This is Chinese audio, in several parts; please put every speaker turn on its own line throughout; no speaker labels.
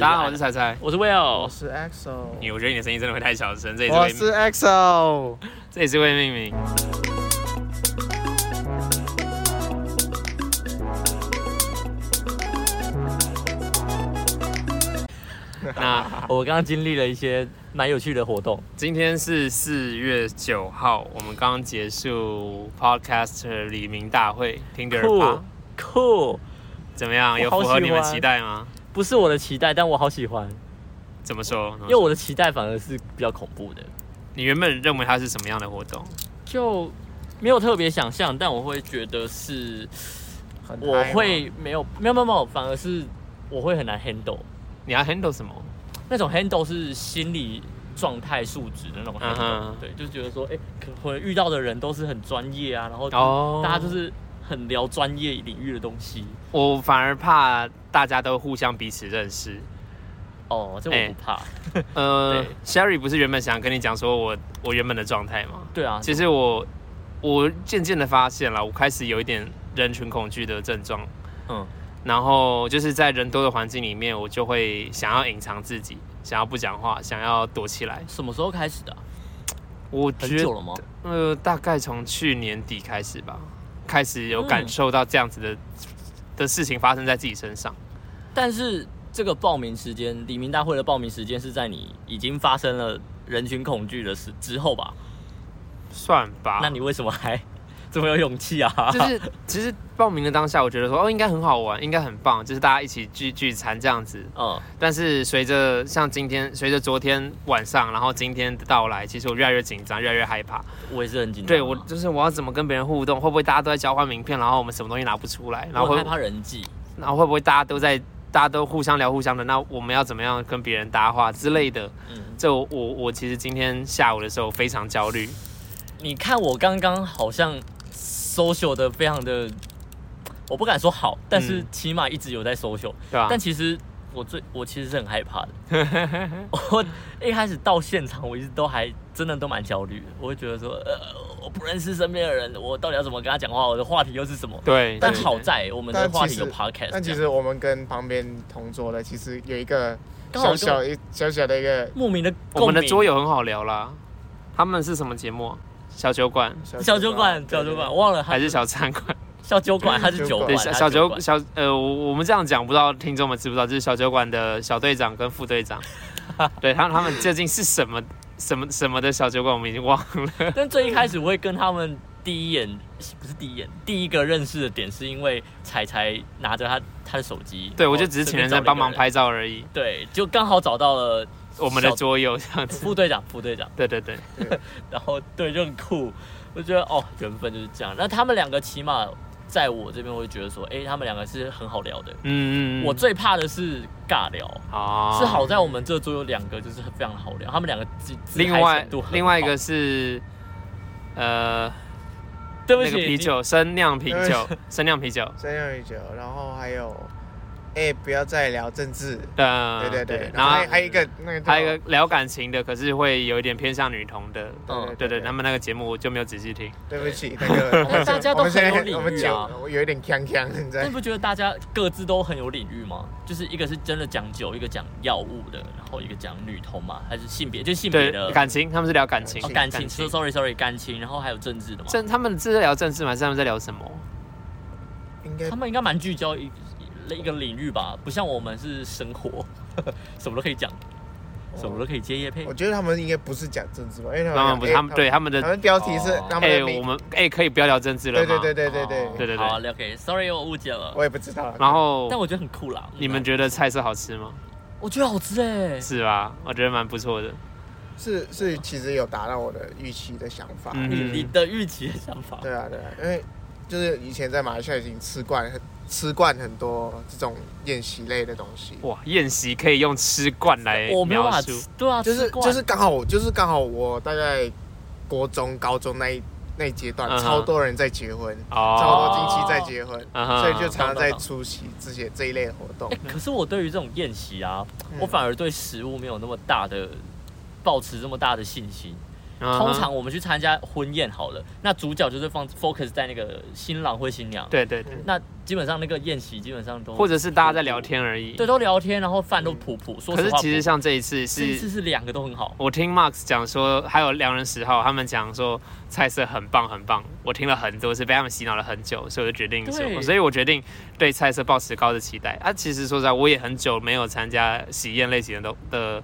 大家好，我是彩彩。
我是
我
Will，
哦是 EXO，
你我觉得你的声音真的会太小声，这也是
我
会
是 EXO，
这也是会命 名。那
我刚刚经历了一些蛮有趣的活动，
今天是四月九号，我们刚结束 Podcaster 李明大会 Tinder
酷
趴
酷，
怎么样？有
我好
符合
喜
你们
欢
期待吗？
不是我的期待，但我好喜欢，
怎么说？
因为我的期待反而是比较恐怖的，
你原本认为它是什么样的活动？
就没有特别想象，但我会觉得是
很
我
嗨吗哦
会没有没有没有没有，反而是我会很难 handle
你要 handle 什么？
那种 handle 是心理状态素质的那种 handle，、
嗯哼
对，就是觉得说，哎、可可能遇到的人都是很专业啊，然后
哦
大家就是很聊专业领域的东西。
我反而怕大家都互相彼此认识。
哦，这我
哎
不怕。
呃
对
，Sherry 不是原本想跟你讲说我我原本的状态吗？
对啊，
其实我我渐渐的发现了，我开始有一点人群恐惧的症状，
嗯，
然后就是在人多的环境里面，我就会想要隐藏自己，想要不讲话，想要躲起来。
什么时候开始的啊、
我
很
觉
久
得
了吗？
呃，大概从去年底开始吧，开始有感
嗯
受到这样子的、的事情发生在自己身上。
但是这个报名时间，黎明大会的报名时间是在你已经发生了人群恐惧的事之后吧？
算吧，
那你为什么还这么有勇气啊？
啊 就是其实报名的当下，我觉得说哦，应该很好玩，应该很棒，就是大家一起聚聚餐这样子。
嗯，
但是随着像今天，随着昨天晚上，然后今天的到来，其实我越来越紧张，越来越害怕。
我也是很紧张啊。
对我就是我要怎么跟别人互动？会不会大家都在交换名片，然后我们什么东西拿不出来？然后
我
会
很害怕人际，
然后会不会大家都在大家都互相聊互相的？那我们要怎么样跟别人搭话之类的？
嗯，
这我我我其实今天下午的时候非常焦虑。
你看我刚刚好像 social 的非常的，我不敢说好，但是
嗯
起码一直有在 social，、
对吧、
但其实我最我其实是很害怕的， 我一开始到现场，我一直都还真的都蛮焦虑的，我会觉得说，呃，我不认识身边的人，我到底要怎么跟他讲话，我的话题又是什么？
对，
但
对
好在我们的
但
话
其
题有
实
podcast，
但其
这样
实我们跟旁边同桌的其实有一个
刚好
小
就
小一小小的一个
莫名的
我们的
共鸣
桌友很好聊啦。他们是什么节目啊？小酒馆
小酒馆，小酒馆，忘了他
还是小餐馆？
小酒馆，他是酒馆，
对，
他
小
是
小酒
馆
小呃，我我们这样讲，不知道听众们知不知道，就是小酒馆的小队长跟副队长，对他他们究竟是什么什么什么的小酒馆，我们已经忘了。
但最一开始我会跟他们第一眼不是第一眼，第一个认识的点是因为彩彩拿着他他的手机，
对，我
然后
就只是
随
请
便
人在
找了一
帮
个
忙拍照而已。
对，就刚好找到了
我们的
小
桌游这样子，
副队长，副队长。
对对对，
然后对就很酷，我觉得哦，缘分就是这样。那他们两个起码在我这边，我会觉得说，哎，他们两个是很好聊的。
嗯嗯，嗯
我最怕的是尬聊，
哦
是好在我们这桌有两个就是非常好聊，他们两个自自嗨
另外
程度很
另外一
好
个是呃
对不
那
起
个啤，酒生酿啤
对
酒生酿啤酒，
三六一九，然后还有，哎，不要再聊政治，
呃
对对对，然
然
后
后
还还有一个那个叫
还有一个聊感情的，可是会有一点偏向女同的。
嗯
对对，他们那个节目我就没有仔细听。
对不起，那个我们
大家都
我们现在
很有礼遇啊
我们酒有一点呛呛，你
但
在
你不觉得大家各自都很有领域吗？就是一个是真的讲酒，一个讲药物的，然后一个讲女同嘛，还是性别，就性别
对
的，
感情，他们是聊感情
哦，感情，so sorry sorry 感情，然后还有政治的嘛。
政，他们是在聊政治吗？还是他们在聊什么？
应该
他们应该蛮聚焦一一个领域吧，不像我们是生活， 什么都可以讲，什么都可以接业配
我。觉得他们应该不是讲政治吧，因为
他们不是，他们对他们
啊哎他
的，
们标题是
哦
他们
哎，
的名
我们哎，可以不要聊政治了
对
吗？
对对对对
哦
对
对，
对
好啊，OK sorry 我误解了，
我也不知道，
然后
但，我觉得很酷啦。
你们觉得菜色好吃吗？
得？我觉得好吃哎，
是吧？我觉得蛮不错的。
是是其实有达到我的预期的想法，
嗯
你你的预期的想法。
对啊，对啊，因为就是以前在马来西亚已经吃惯很吃惯很多这种宴席类的东西，
哇，宴席可以用吃惯来
我没
描
有办法
述
吃，，对啊，
就是
吃惯
就是刚好我就是刚好我大概国中高中那一那一阶段，
嗯哼
超多人在结婚，超
哦，
多亲戚在结婚，
嗯哼
所以就常
懂
常
懂
在
懂
出席这些这一类的活动
哎。，可是我对于这种宴席啊，
嗯
我反而对食物没有那么大的，抱持这么大的信心。
嗯哼
通常我们去参加婚宴好了，那主角就是放 focus 在那个新郎或新娘，
对对对，
那基本上那个宴席基本上都
或者是大家在聊天而已。
对都聊天，然后饭都普普。说
可
实
是
话，
其实像这一次
这一次
是，
是两个都很好，
我听 Max 讲说，还有良人十号他们讲说菜色很棒很棒，我听了很多次，被他们洗脑了很久，所以我就决定说，
对
所以我决定对菜色抱持高的期待。啊，其实说实在，我也很久没有参加喜宴类型的的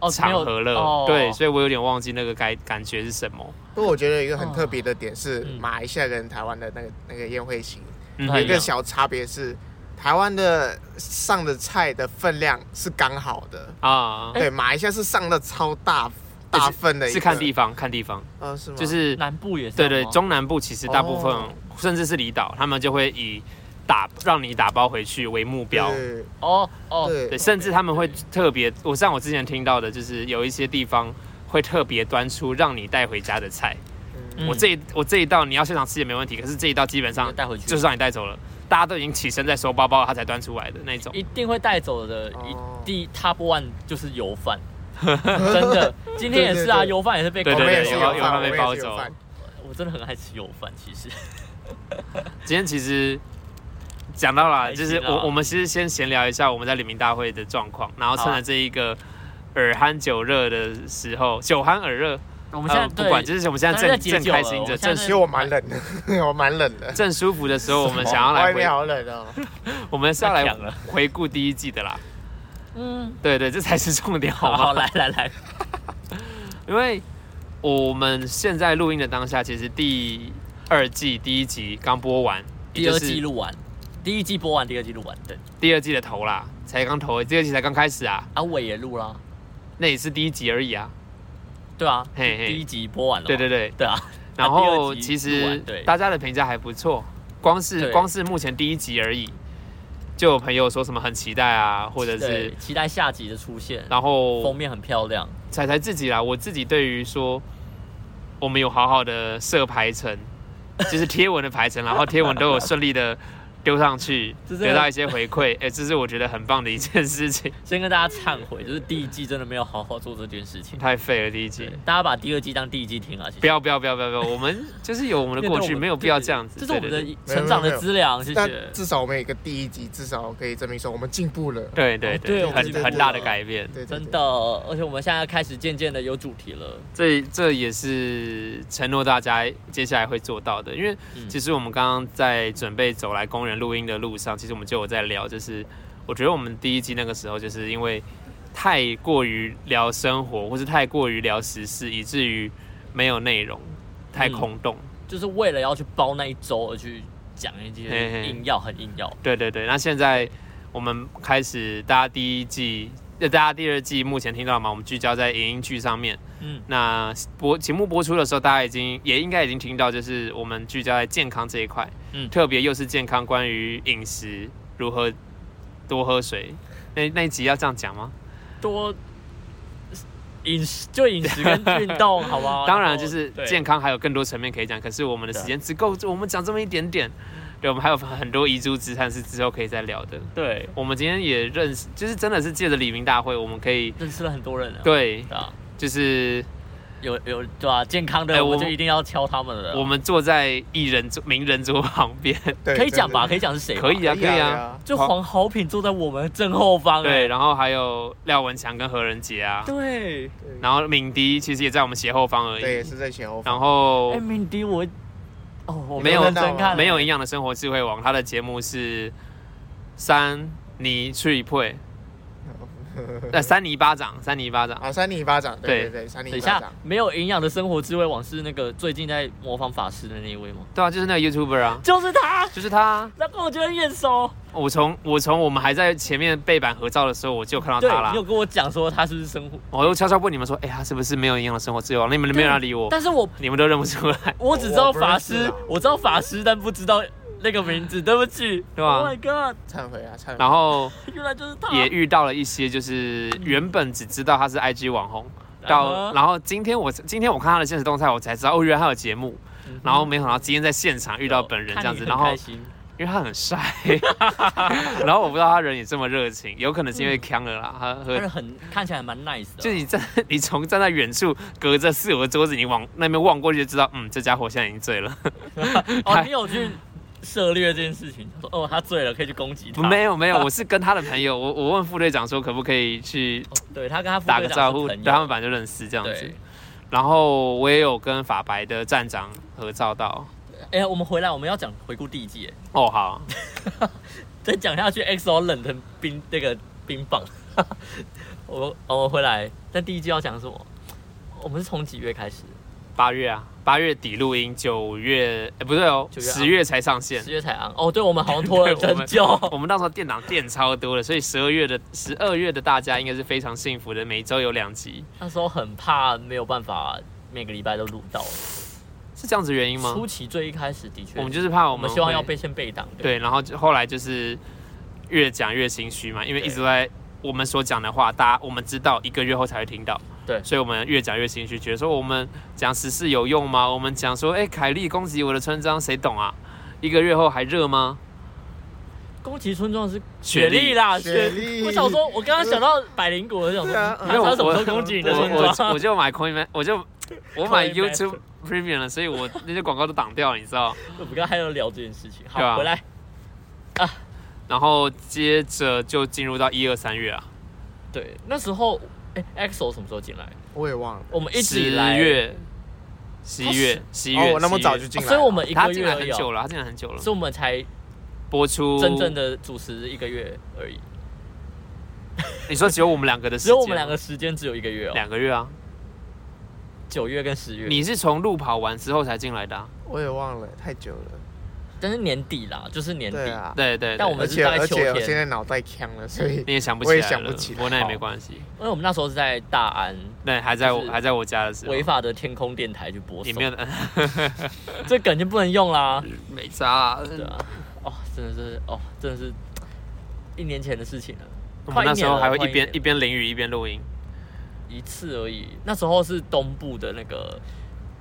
哦，没
场
有
合了，
哦、
对，所以我有点忘记那个感感觉是什么。
不过我觉得有一个很特别的点是
嗯
马来西亚跟台湾的那个那个宴会型，
嗯
哎呀
有一个小差别是，台湾的上的菜的分量是刚好的，
啊，
对，马来西亚是上的超大大份的一个，
是看地方，看地方，
呃是吗？
就是
南部也是
对对，
好吗
中南部其实大部分、
哦
甚至是离岛，他们就会以打让你打包回去为目标。
对
哦哦，
对，
对
甚至他们会特别，我像我之前听到的，就是有一些地方会特别端出让你带回家的菜。
嗯
我这一我这一道你要现场吃也没问题，可是这一道基本上
带回去
就是让你带走了，大家都已经起身在收包包了，他才端出来的那种。
一定会带走的
哦
一第一 top one 就是 油饭，真的，今天也是啊，
对对对
油饭也是被
对
我
对
们
对
也是
有有
饭，
他
我
被
们也
包
是有
走
饭
我真的很爱吃油饭，其实
今天其实讲到了，就是
开心啊
我我们其实先闲聊一下我们在联名大会的状况，然后趁
好
着
啊
这一个耳酣酒热的时候，酒酣耳热，
我
我
们现在
不
呃对
管，就是我们现在
大家
正
在解
正
酒了
开心
我
着，
们
正
现在
其实我蛮冷的，我蛮冷的。
正舒服的时候，我们想要
外
来
面
回，
好冷哦，
我们是要
太
来
强了
回顾第一季的啦。
嗯，
对对，这才是重点，好
好
吗
好？来来 来，
因为我们现在录音的当下，其实第二季第一集刚播完，也
第
就
二
是
季录完，第一季播完，第二季录完，对，
第二季的头啦，才刚头，第二季才刚开始啊，
阿伟也录啦，
那也是第一集而已啊。
对啊，
嘿嘿
第一集播完了嘛，
对对对，
对啊，
然
那第二
后
集
其
录
实
完对
大家的评价还不错，光是
对
光是目前第一集而已，就有朋友说什么很期待啊， 或者
对
是
期待下集的出现，
然后
封面很漂亮，
彩彩自己啦，我自己对于说我们有好好的设排程，就是贴文的排程，然后贴文都有顺利的丢上去，
这是
得到一些回馈，哎、这是我觉得很棒的一件事情，
先跟大家忏悔，就是第一季真的没有好好做这件事情，
太废了第一集
对，，大家把第二季当第一季听啊，其实
不要不要不要不要不要，我们就是有我们的过去，没有必要这样子，
这是我们
对对
的成长的资粮，谢
但
谢。
至少我们有一个第一集，至少可以证明说我们进步了。
对对对，
哦对我们
很
进步
很大
了
的改变。
对，对
真的，，而且我们现在开始渐渐的有主题了，
这这也是承诺大家接下来会做到的，因为
嗯
其实我们刚刚在准备走来公园录音的路上，其实我们就有在聊，就是我觉得我们第一季那个时候，就是因为太过于聊生活，或是太过于聊时事，以至于没有内容，太空洞。
就是为了要去包那一周而去讲一
嘿嘿
些硬要很硬要，
对对对，那现在我们开始，大家第一季。呃大家第二季目前听到了吗？我们聚焦在影音剧上面。
嗯，
那播节目播出的时候，大家已经也应该已经听到，就是我们聚焦在健康这一块，嗯，
嗯
特别又是健康关于饮食如何多喝水，那那一集要这样讲吗？
多饮食就饮食跟运 动，好不好？
当然，就是
哦对
健康还有更多层面可以讲，可是我们的时间只够，我们讲这么一点点，对，我们还有很多遗珠之憾是之后可以再聊的。
对，
我们今天也认识，就是真的是借着李明大会，我们可以
认识了很多人啊，
对，
对啊，
就是
有有对吧？健康
哎
的
我
我就一定要敲他们了，
我们坐在艺人桌、名人桌旁边，
对
可以讲吧？
真
可以讲是谁？
可以
的
啊，可以啊。。
就黄好品坐在我们正后方，
对，
哎
然后还有廖文强跟何仁杰啊，
对，
然后敏迪其实也在我们斜后方而
对，也
已。
是在前后方。
然后
哎，敏迪我哦，我
没有啊
认真看，
没有营养的生活智慧王，他的节目是三泥去配，呃，三泥巴掌，三泥巴掌。
啊，三零一巴掌，对
对
对对，三零
等
一
一
巴
下
掌。，
没有营养的生活智慧网是那个最近在模仿法师的那一位吗？
对啊，就是那个 YouTuber 啊，
就是他，
就是他啊。
那个我觉得很眼熟。
我从我从我们还在前面背板合照的时候，我就有看到
对
他，啦
你有。跟我讲说他是不是生活，
我又悄悄问你们说，哎、他是不是没有营养的生活智慧王？你们没有人要理我，
但是我
你们都认不出来。
我只知道法
我不认识
师
啊，
我知道法师，但不知道那个名字，对不起。
对啊
o h my god，
忏悔啊，忏悔。
然后
原来就是他。
也遇到了一些，就是原本只知道他是 IG 网红，
嗯
到
哼
然后今天我今天我看他的现实动态，我才知道哦，原来他有节目。
嗯哼嗯
然后没想到今天在现场遇到本人这样子，
看你
然
很
后
开心
因为他很晒， 然后我不知道他人也这么热情，有可能是因为
嗯
呛了啦，他
但是
喝。
很看起来蛮 nice 的。
就你站， 你从站在远处，隔着四五个桌子，你往那边望过去，就知道，嗯，这家伙现在已经醉了。
哦，你有去涉猎这件事情？说哦，他醉了，可以去攻击他。
没有没有，我是跟他的朋友，我我问副队长说可不可以去
哦，对他跟他副
打
队
个
长
招
是
呼，
朋友
对他们本来就认识这样子
对。，
然后我也有跟法白的站长合照到。
哎、呀，我们回来，我们要讲回顾地界，
哦，好，
再讲下去，XO 冷腾冰那个冰棒。 我我回来，但第一季要讲什么？我们是从几月开始？
八月啊，八月底录音，九月哎不对哦，
九月啊
十月才上线
十。月才昂。哦，对，我们好像拖 了
对我
很
们
久。
我们那时候电脑电超多了，所以十二月的十二月的大家应该是非常幸福的，每周有两集，
那时候很怕没有办法每个礼拜都录到。
是这样子原因吗
初？期最一开始的确，
我们就是怕我
我
们
们希望
会
要被先被挡。
对，然后就后来就是越讲越心虚嘛，因为一直都在我们所讲的话，大家我们知道一个月后才会听到，
对
所以我们越讲越心虚，觉得说我们讲时事有用吗？我们讲说，哎、凯莉攻击我的村庄，谁懂啊？一个月后还热吗？
宫崎村庄是
雪
雪
莉
莉啦，
雪
雪
莉
我想说，我刚刚想到百灵果，我想
对
说，
啊
他
没有
他什么
我
时候攻击你的村
我我
庄？
我就买 Coin Man，我 就我买
Coin Master
YouTube Premium 了，所以我那些广告都挡掉了，你知道？
我们刚刚还有聊这件事情。
对啊
好，回来
然后接着就进入到一二三月啊，
对，那时候哎，EXO 什么时候进来？
我也忘了。
我们一直以
十
来，
月、十一月、十一月，
哦，我那么
11
早
月
就进
哦
来
所
了，
以我们一
他
个
进
月
来
而
很
已
久
哦，
了，他进来很久了，
所以我们才
播出
真正的主持一个月而已，
你说只有我们两个的时
只
间，
有我们两个时间只有一个月哦，
两个月啊，
九月跟十月。
你是从路跑完之后才进来的、啊，
我也忘了，太久了。
但是年底啦，就是年
对
底，
啊，
对对对
但我
而
们是
且
大概
而
秋
且
天
我现在脑袋呛了，所以
你也想不起
我
来
也
了，
想不起来
我那也没关系，
因为我们那时候是在大安
对，还在我、
就是
还在我家的时候
违，法的天空电台去播
啊你
送
没，有
这梗就不能用啦。
没差、啊，
对啊，哦，真的是哦，真的是一年前的事情了。
我们那时候还会
快
一边
年了
一边淋雨一边录音，
一次而已，那时候是东部的那个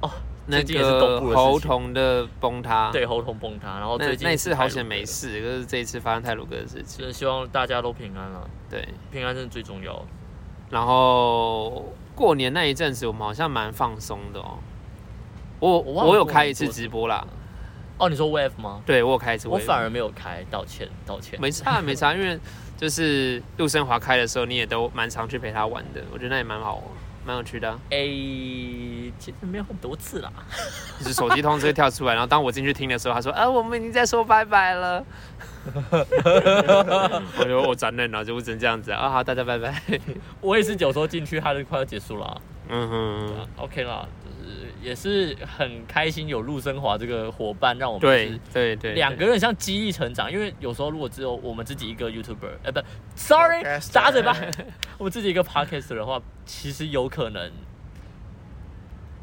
哦，
那
最近也是东
个
部的事情
喉头的崩塌，
对喉痛崩塌，然后
啊那
最近
那一次好
险
险没，事，可是这一次发生泰鲁哥的事情
真，的希望大家都平安了，
对，
平安真的最重要。
然后过年那一阵子我们好像蛮放松的哦，我
我忘了
我有
过
开
年
一次
做什
直播啦，
哦，你说 Wave 吗？
对我有开一次微
我
博，
反而没有开，道歉道歉。
没 差没差，因为就是陆生华开的时候，你也都蛮常去陪他玩的，我觉得那也蛮好玩，蛮有趣的啊、
A 其实没有很多次啦，
就是手机通知会跳出来，然后当我进去听的时候，他说：“啊，我们已经在说拜拜了。”我就我转脸了，就不成这样子啊！啊好，大家拜拜。
我也是有时候进去，它就快要结束了啊。
嗯
啊
哼，
OK 啦，就是也是很开心有陆生华这个伙伴，让我们就是
对对对，
两个人像激励成长，因为有时候如果只有我们自己一个 YouTuber，哎、不，sorry，
Podcaster
打嘴巴，我们自己一个 Podcaster 的话，其实有可能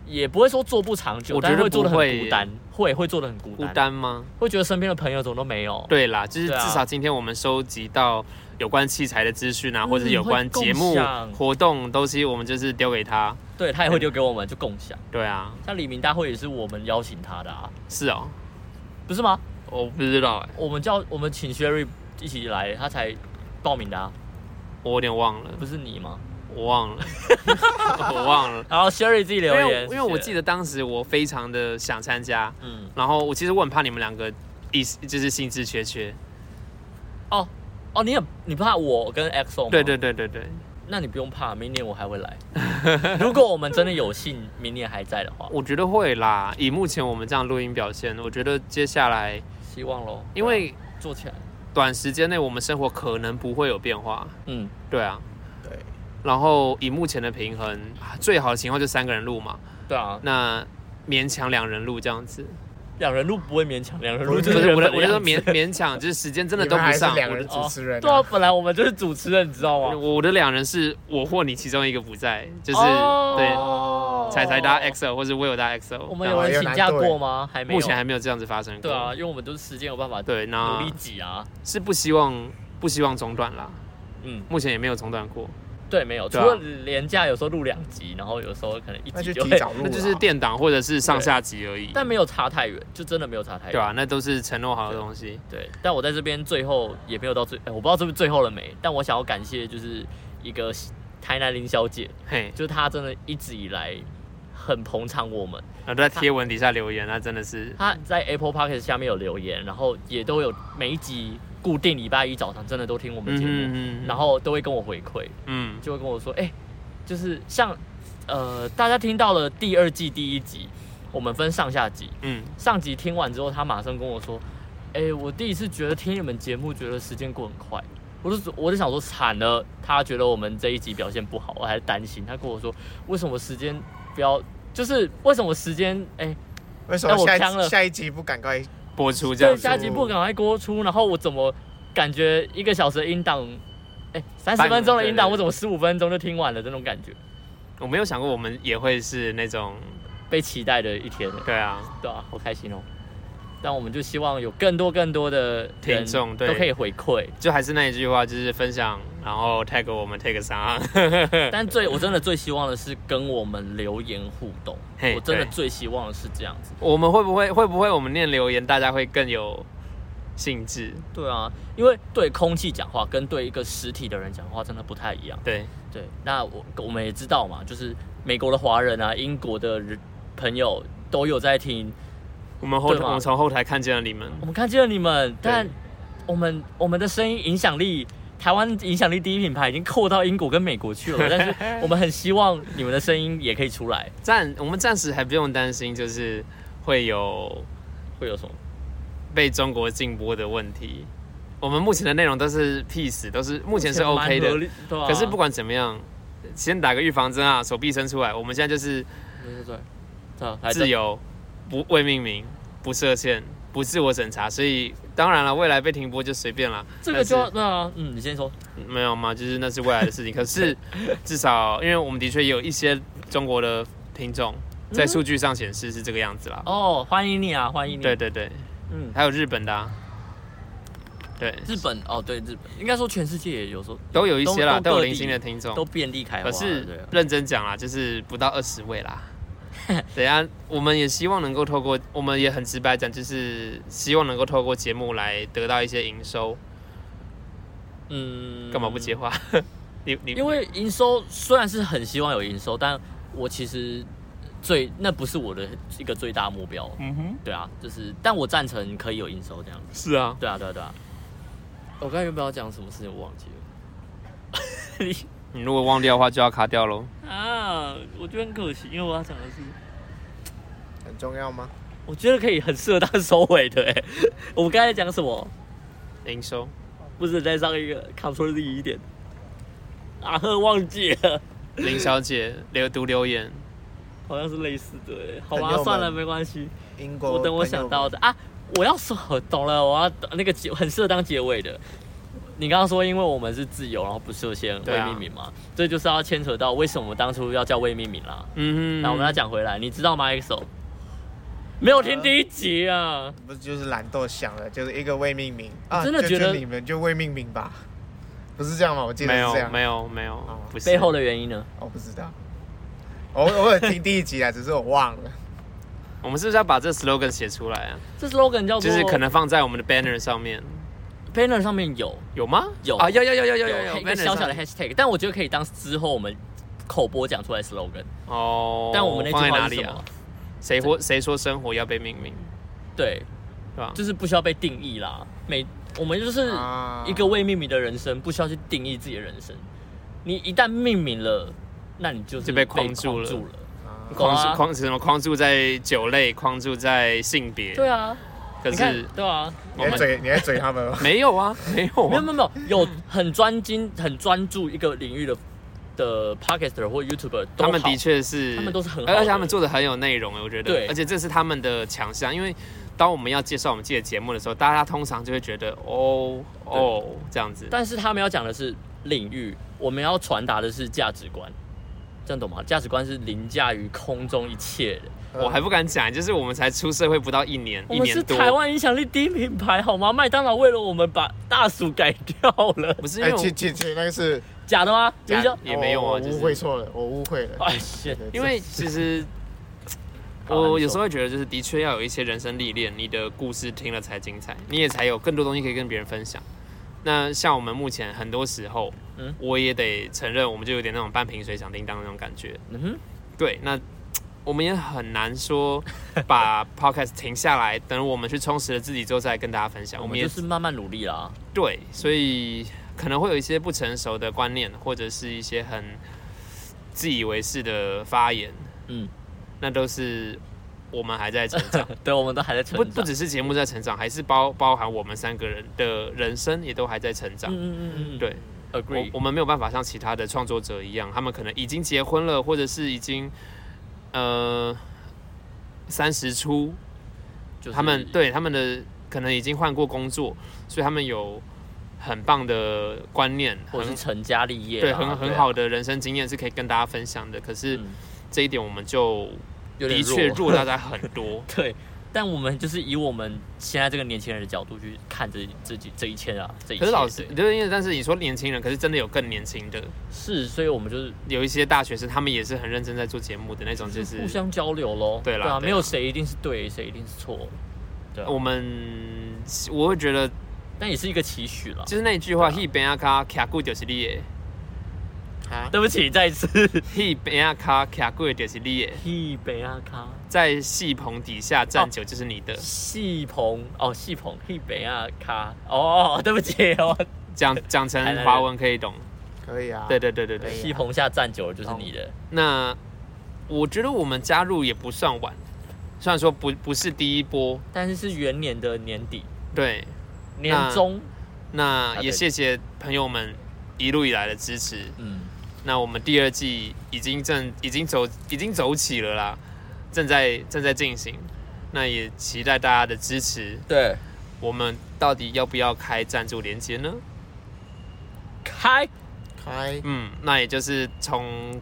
也不会说做不长久，
我觉得
但会做的
不
很
会
孤单，会会做的很孤
孤
单，
单吗？
会觉得身边的朋友怎么都没有，
对啦，就是至
对啊
少今天我们收集到有关器材的资讯啊，或者是有关节
嗯会共
目
享
活动东西，我们就是丢给他。
对他也会丢给我们就共享。
对啊，
像李明大会也是我们邀请他的啊，
是哦，
不欸是吗？
我不知道哎、
我们叫我们请 Sherry 一起来，他才报名的、啊，
我有点忘了，
不是你吗？
我忘了，我忘了。
然后 Sherry 自己 留
因
言
为，因为我记
得，
得当时我非常的想参加，
嗯，
然后我其实我很怕你们两个意思就是兴致缺缺。
哦哦，你很你怕我跟 EXO
哦
吗？
对对对对对，
那你不用怕，明年我还会来。如果我们真的有幸明年还在的 话，
我觉得会啦。以目前我们这样录音表现，我觉得接下来
希望喽。
因为
对啊做起来，
短时间内我们生活可能不会有变化，
嗯，
对啊。
对，
然后以目前的平衡，啊最好的情况就三个人录嘛，
对啊，
那勉强两人录这样子。
两人录不会勉强，两人
不
录
是
就
就是
是我
人
的
本
我
的
就
样
说
子
勉勉强，就是时 间真的
你
都
们
不
还是
上。
两
我
人
的哦
主持人啊
对啊，本来我们就是主持人，你知道吗？
我的两人是我或你其中一个不在，就是对
哦
彩彩搭 XO 或者 Will 搭 XO，
我们
这样
有人请假过吗？还没有，
目前还没有这样子发生过。
对啊，，因为我们都是时间有办法
对，
努
那
力挤啊，
是不希望不希望中断啦，
嗯，
目前也没有中断过。
对，没有，除
对啊
了廉价有时候录两集，然后有时候可能一
那
集
就
就
提
会，
早录
那
了，啊
就是电档或者是上下集而已，
但没有差太远，就真的没有差太远。
对吧、啊那都是承诺好的东西。
对，但我在这边最后也没有到最，哎我不知道这是最后了没，但我想要感谢就是一个台南林小姐，
嘿，
就是她真的一直以来很捧场我们，
然后都在贴文底下留言，啊那真的是
她在 Apple Podcast 下面有留言，然后也都有每一集固定礼拜一早上真的都听我们
嗯
节目，
嗯嗯，
然后都会跟我回馈，
嗯
就会跟我说，哎、就是像呃大家听到了第二季第一集，我们分上下集，
嗯，
上集听完之后，他马上跟我说：“哎、我第一次觉得听你们节目，觉得时间过很快。”我就我就想说惨了，他觉得我们这一集表现不好，我还担心。他跟我说：“为什么时间不要？就是为什么时间哎、
为什
哎
么
我
下
呛了
一下一集不赶快？
播出这
对
样子
下，集不赶快播出，然后我怎么感觉一个小时的音档，哎三十分钟的音档，
对对对
我怎么十五分钟就听完了这种感觉？
我没有想过我们也会是那种，
被期待的一天，
对啊，
对啊，好开心哦。”但我们就希望有更多更多的人
听众对
都可以回馈，
就还是那一句话，就是分享，然后 tag 我们 tag 上，
但最我真的最希望的是跟我们留言互动
嘿，
我真的
对
最希望的是这样子。
我们会不会会不会我们念留言，大家会更有兴致？
对啊，因为对空气讲话跟对一个实体的人讲话真的不太一样。
对，
对，那我我们也知道嘛，就是美国的华人啊，英国的人朋友都有在听，
我们后
对嘛
我们从后台看见了你们，
我们看见了你们，
对
但我们我们的声音影响力。台湾影响力第一品牌已经扩到英国跟美国去了，但是我们很希望你们的声音也可以出来，
暂我们暂时还不用担心，就是会有
会有什么？
被中国禁播的问题。我们目前的内容都是 peace，都是目前是
蛮
OK
合
的。
理，对啊
可是不管怎么样，先打个预防针啊，手臂伸出来。我们现在就是
对对对，啊，来
自由，不未命名，不设限，不自我审查。所以当然了，未来被停播就随便了。
这个就
但
要
是
对啊，嗯，你先说，
没有嘛，就是那是未来的事 情。可是至少，因为我们的确有一些中国的听众，
嗯
在数据上显示是这个样子啦。
哦，欢迎你啊，欢迎你，
对，对对，
嗯，
还有日本的、啊，对，
日本哦，对日本，应该说全世界也有时候
都有一些啦，都
都
有零星的
各地
听众。
都遍地开花
可
了，
是
对啊
认真讲啦，就是不到二十位 啦。等一下，我们也希望能够透过，我们也很直白讲，就是希望能够透过节目来得到一些营收。
嗯
干嘛不接？话？ 你你
因为营收虽然是很希望有营收，但我其实最那不是我的一个最大目标，
嗯哼，
对啊，就是但我赞成可以有营收这样，
是啊，
对啊，对啊，对啊。我刚才原本要讲什么事情，我忘记了。 你
你如果忘掉的话就要卡掉喽。
啊，我觉得很可惜，因为我要讲的是
很重要吗？
我觉得可以很适合当收尾的哎、我们刚才讲什么？
营收
不是再上一个 Ctrl Z 一点。啊呵，忘记了，
林小姐留读留言，
好像是类似的欸、好
朋
吧
友，们
算了，没关系，
英国，
我等我想到，的啊。我要说，懂了，我要那个结很适合当结尾的。你刚刚说，因为我们是自由，然后不设限
对
未
啊
命名嘛，这就是要牵扯到为什么我当初要叫未命名啦。
嗯哼，
那我们要讲回来，你知道吗？XO 没有听第一集啊，
不是就是懒惰想了，就是一个未命名啊，
真的
就
觉得
就你们就未命名吧，不是这样吗？我记得
没
是
有
这样，
没有没有
哦，
不是
背后的原因呢？
我不知道，我我有听第一集啊，只是我忘了，
我们是不是要把这 slogan 写出来啊？
这 slogan 叫做
就是可能放在我们的 banner 上面，
banner 上面有
有吗？
有
啊，有有有有有有
有
有
一个
banner
小小的
上
hashtag，但我觉得可以当之后我们口播讲出来 slogan。
哦，
但我们那
放在
句
哪
话是
里
什
啊
么？？
谁或谁说生活要被命名，
对，
对吧？
就是不需要被定义啦。每我们就是
啊
一个未命名的人生，不需要去定义自己的人生。你一旦命名了，那你就是
就被
被
框住了
了。
啊
框
懂
住
啊
框什么？框住在酒类，框住在性别。
对啊，
可
你看
是
对啊，
我
你在
们
嘴你在嘴他们吗？
没有啊，没有
没有
啊。
没有没有，有很专精、很专注一个领域的的 podcaster 或 YouTuber，都
他们
好
的确是，
他们都是很好的
而且他们做的很有内容，欸我觉得。
对
而且这是他们的强项，因为当我们要介绍我们自己的节目的时候，大家通常就会觉得哦哦这样子。
但是他们要讲的是领域，我们要传达的是价值观，这样懂吗？价值观是凌驾于空中一切的。
我还不敢讲，就是我们才出社会不到一年，
我
一
们
年
是
多。
台湾影响力第一品牌，好吗？麦当劳为了我们把大薯改掉了，
不是因
哎，
为我
其其其实那个是
假的吗？
假
云霄，
也没用
我
啊，就
误
是
会错了，我误会了。
哎，谢。
对
因为其实
好啊
我
你
有
说
时候会觉得，就是的确要有一些人生历练，你的故事听了才精彩，你也才有更多东西可以跟别人分享。那像我们目前很多时候，
嗯
我也得承认，我们就有点那种半瓶水响叮当的那种感 觉。
嗯哼，
对，那我们也很难说把 podcast 停下来，等我们去充实了自己之后再来跟大家分享。
我
我
们
们也
就是慢慢努力 啦。
对，所以可能会有一些不成熟的观念，或者是一些很自以为是的发言，
嗯，
那都是我们还在成 长，
对，我们都还在成
不
长。
不只是节目在成长，还是包包含我们三个人的人生也都还在成长。
嗯嗯嗯嗯，
对我
，agree
我。们没有办法像其他的创作者一样，他们可能已经结婚了，或者是已经呃三十出，
就是
他们对他们的可能已经换过工作，所以他们有很棒的观念，
或者
很
是成家立业
对
啦，
很很
啊
好的人生经验是可以跟大家分享的。可是
嗯
这一点我们就
有
的
点，
确弱大家很多
对，但我们就是以我们现在这个年轻人的角度去看这这几这一切啊，这一切。
可是老师，
对
就是因为但是你说年轻人，可是真的有更年轻的，
是，所以我们就是
有一些大学生他们也是很认真在做节目的那种，就是
互相交流喽。
对啦
啊，
对
没有
啦
谁一定是对，谁一定是错，
我们。我会觉得，
但也是一个期许啦。
就是那句话，
对啊
一边阿卡卡固就是你的，
啊，
对不起，再一次。
一边阿卡卡固就是你的，
屁北啊阿卡
在戏棚底下
哦
站久就是你的。
戏棚哦，戏棚屁北阿卡哦，对不起哦，
讲讲成华文可以懂。
可以啊。
对对对对
可
对。
以
哦
啊
戏棚下站久了就是你的。
那我觉得我们加入也不算晚，虽然说不不是第一波，
但是是元年的年底、
对。
年中，
那
啊
也
对
谢谢朋友们一路以来的支持。
嗯，
那我们第二季已经正已经走已经走起了啦，正在正在进行。那也期待大家的支持。
对，
我们到底要不要开赞助连接呢？
开
开
嗯，那也就是从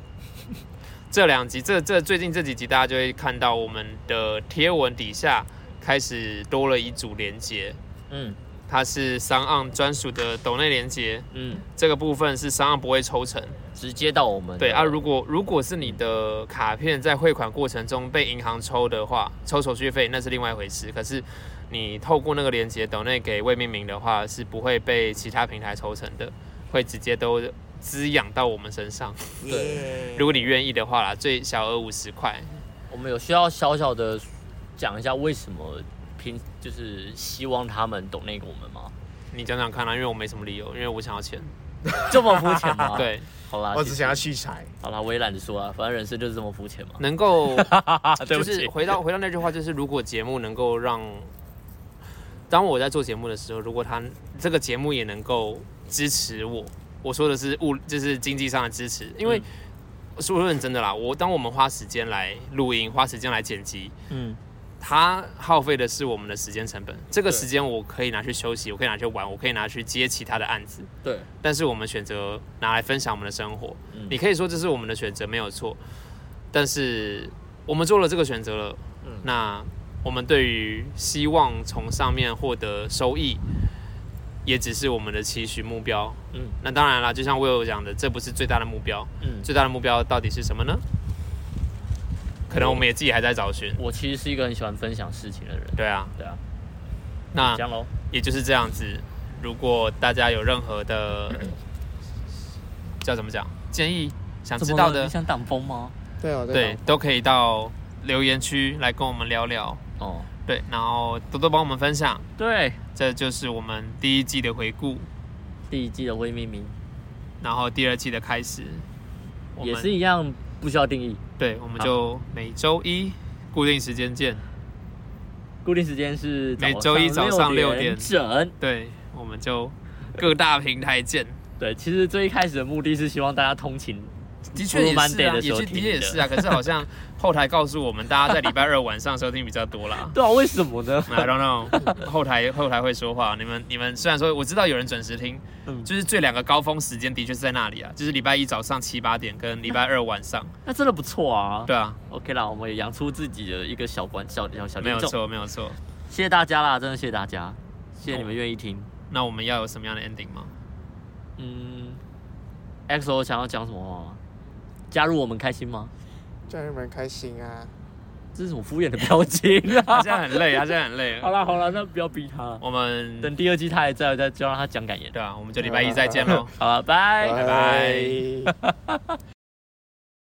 这两集，这这最近这几集，大家就会看到我们的贴文底下开始多了一组连接，
嗯
它是商岸专属的抖内连接，
嗯，
这个部分是商岸不会抽成。
直接到我们的
对啊，如果如果是你的卡片在汇款过程中被银行抽的话，抽手续费那是另外一回事。可是你透过那个连接抖内给未命名的话，是不会被其他平台抽成的，会直接都滋养到我们身上。
对
如果你愿意的话啦，最小额五十块。
我们有需要小小的讲一下为什么平就是希望他们懂那个我们吗？
你讲讲看啦、因为我没什么理由，因为我想要钱。
这么肤浅 吗？，
对，
好啦，
我
其
只
实
想要器材。
好啦，我也懒得说啊，反正人生就是这么肤浅嘛。
能够
啊， 对
就
不
是
起，
回到回到那句话，就是如果节目能够让，当我在做节目的时候，如果他这个节目也能够支持我，我说的是物，就是经济上的支持，因为。
嗯
说认真的啦，我当我们花时间来录音，花时间来剪辑，
嗯，
它耗费的是我们的时间成本。这个
对
时间我可以拿去休息，我可以拿去玩，我可以拿去接其他的案子。
对，
但是我们选择拿来分享我们的生活。
嗯
你可以说这是我们的选择，没有错。但是我们做了这个选择了，
嗯
那我们对于希望从上面获得收益，也只是我们的期许目标。
嗯
那当然啦，就像 Will 讲的，这不是最大的目标。
嗯，
最大的目标到底是什么呢？可能我们也自己还在找寻。
我其实是一个很喜欢分享事情的人，
对啊，
对啊，
那啊
这样喽，
也就是这样子。如果大家有任何的叫怎么讲建议，
啊
想知道的
你，想挡风吗？
对啊，
对，哦都可以到留言区来跟我们聊聊。
哦，
对，然后多多帮我们分享，
对，
这就是我们第一季的回顾，
第一季的微命名
然后第二季的开始，我
也
们
是一样，不需要定义，
对，我们就每周一固定时间见。
固定时间是
每周一早上
六
6点
整。
对，我们就各大平台见。
对，其实最一开始的目的是希望大家通勤，
的确也
Blue
是
Monday
啊，
的
也
时候
是的
听
确也
的
是啊。可是好像后台告诉我们，大家在礼拜二晚上收听比较多 啦。
对啊，为什么 呢？
I don't know，后台 后台会说话。你们你们虽然说我知道有人准时听，
嗯
就是最两个高峰时间的确是在那里啊，就是礼拜一早上七八点跟礼拜二晚 上。
那真的不错啊。
对啊，
OK 啦，我们也养出自己的一个小观小小小
没有
听众，
错没有错。
谢谢大家啦，真的谢谢大家，
哦
谢谢你们愿意听。
那我们要有什么样的 ending 吗？
嗯， XO 想要讲什么话吗？加入我们开心吗？
这样你们开心啊！
这是什么敷衍的表情啊
他！现在很累，他现在很累
好
了。
啦好啦，那不要逼他了。
我们
等第二季他还在，我再就让他讲感言。
对啊，我们就礼拜一再见喽。
好了，拜。
拜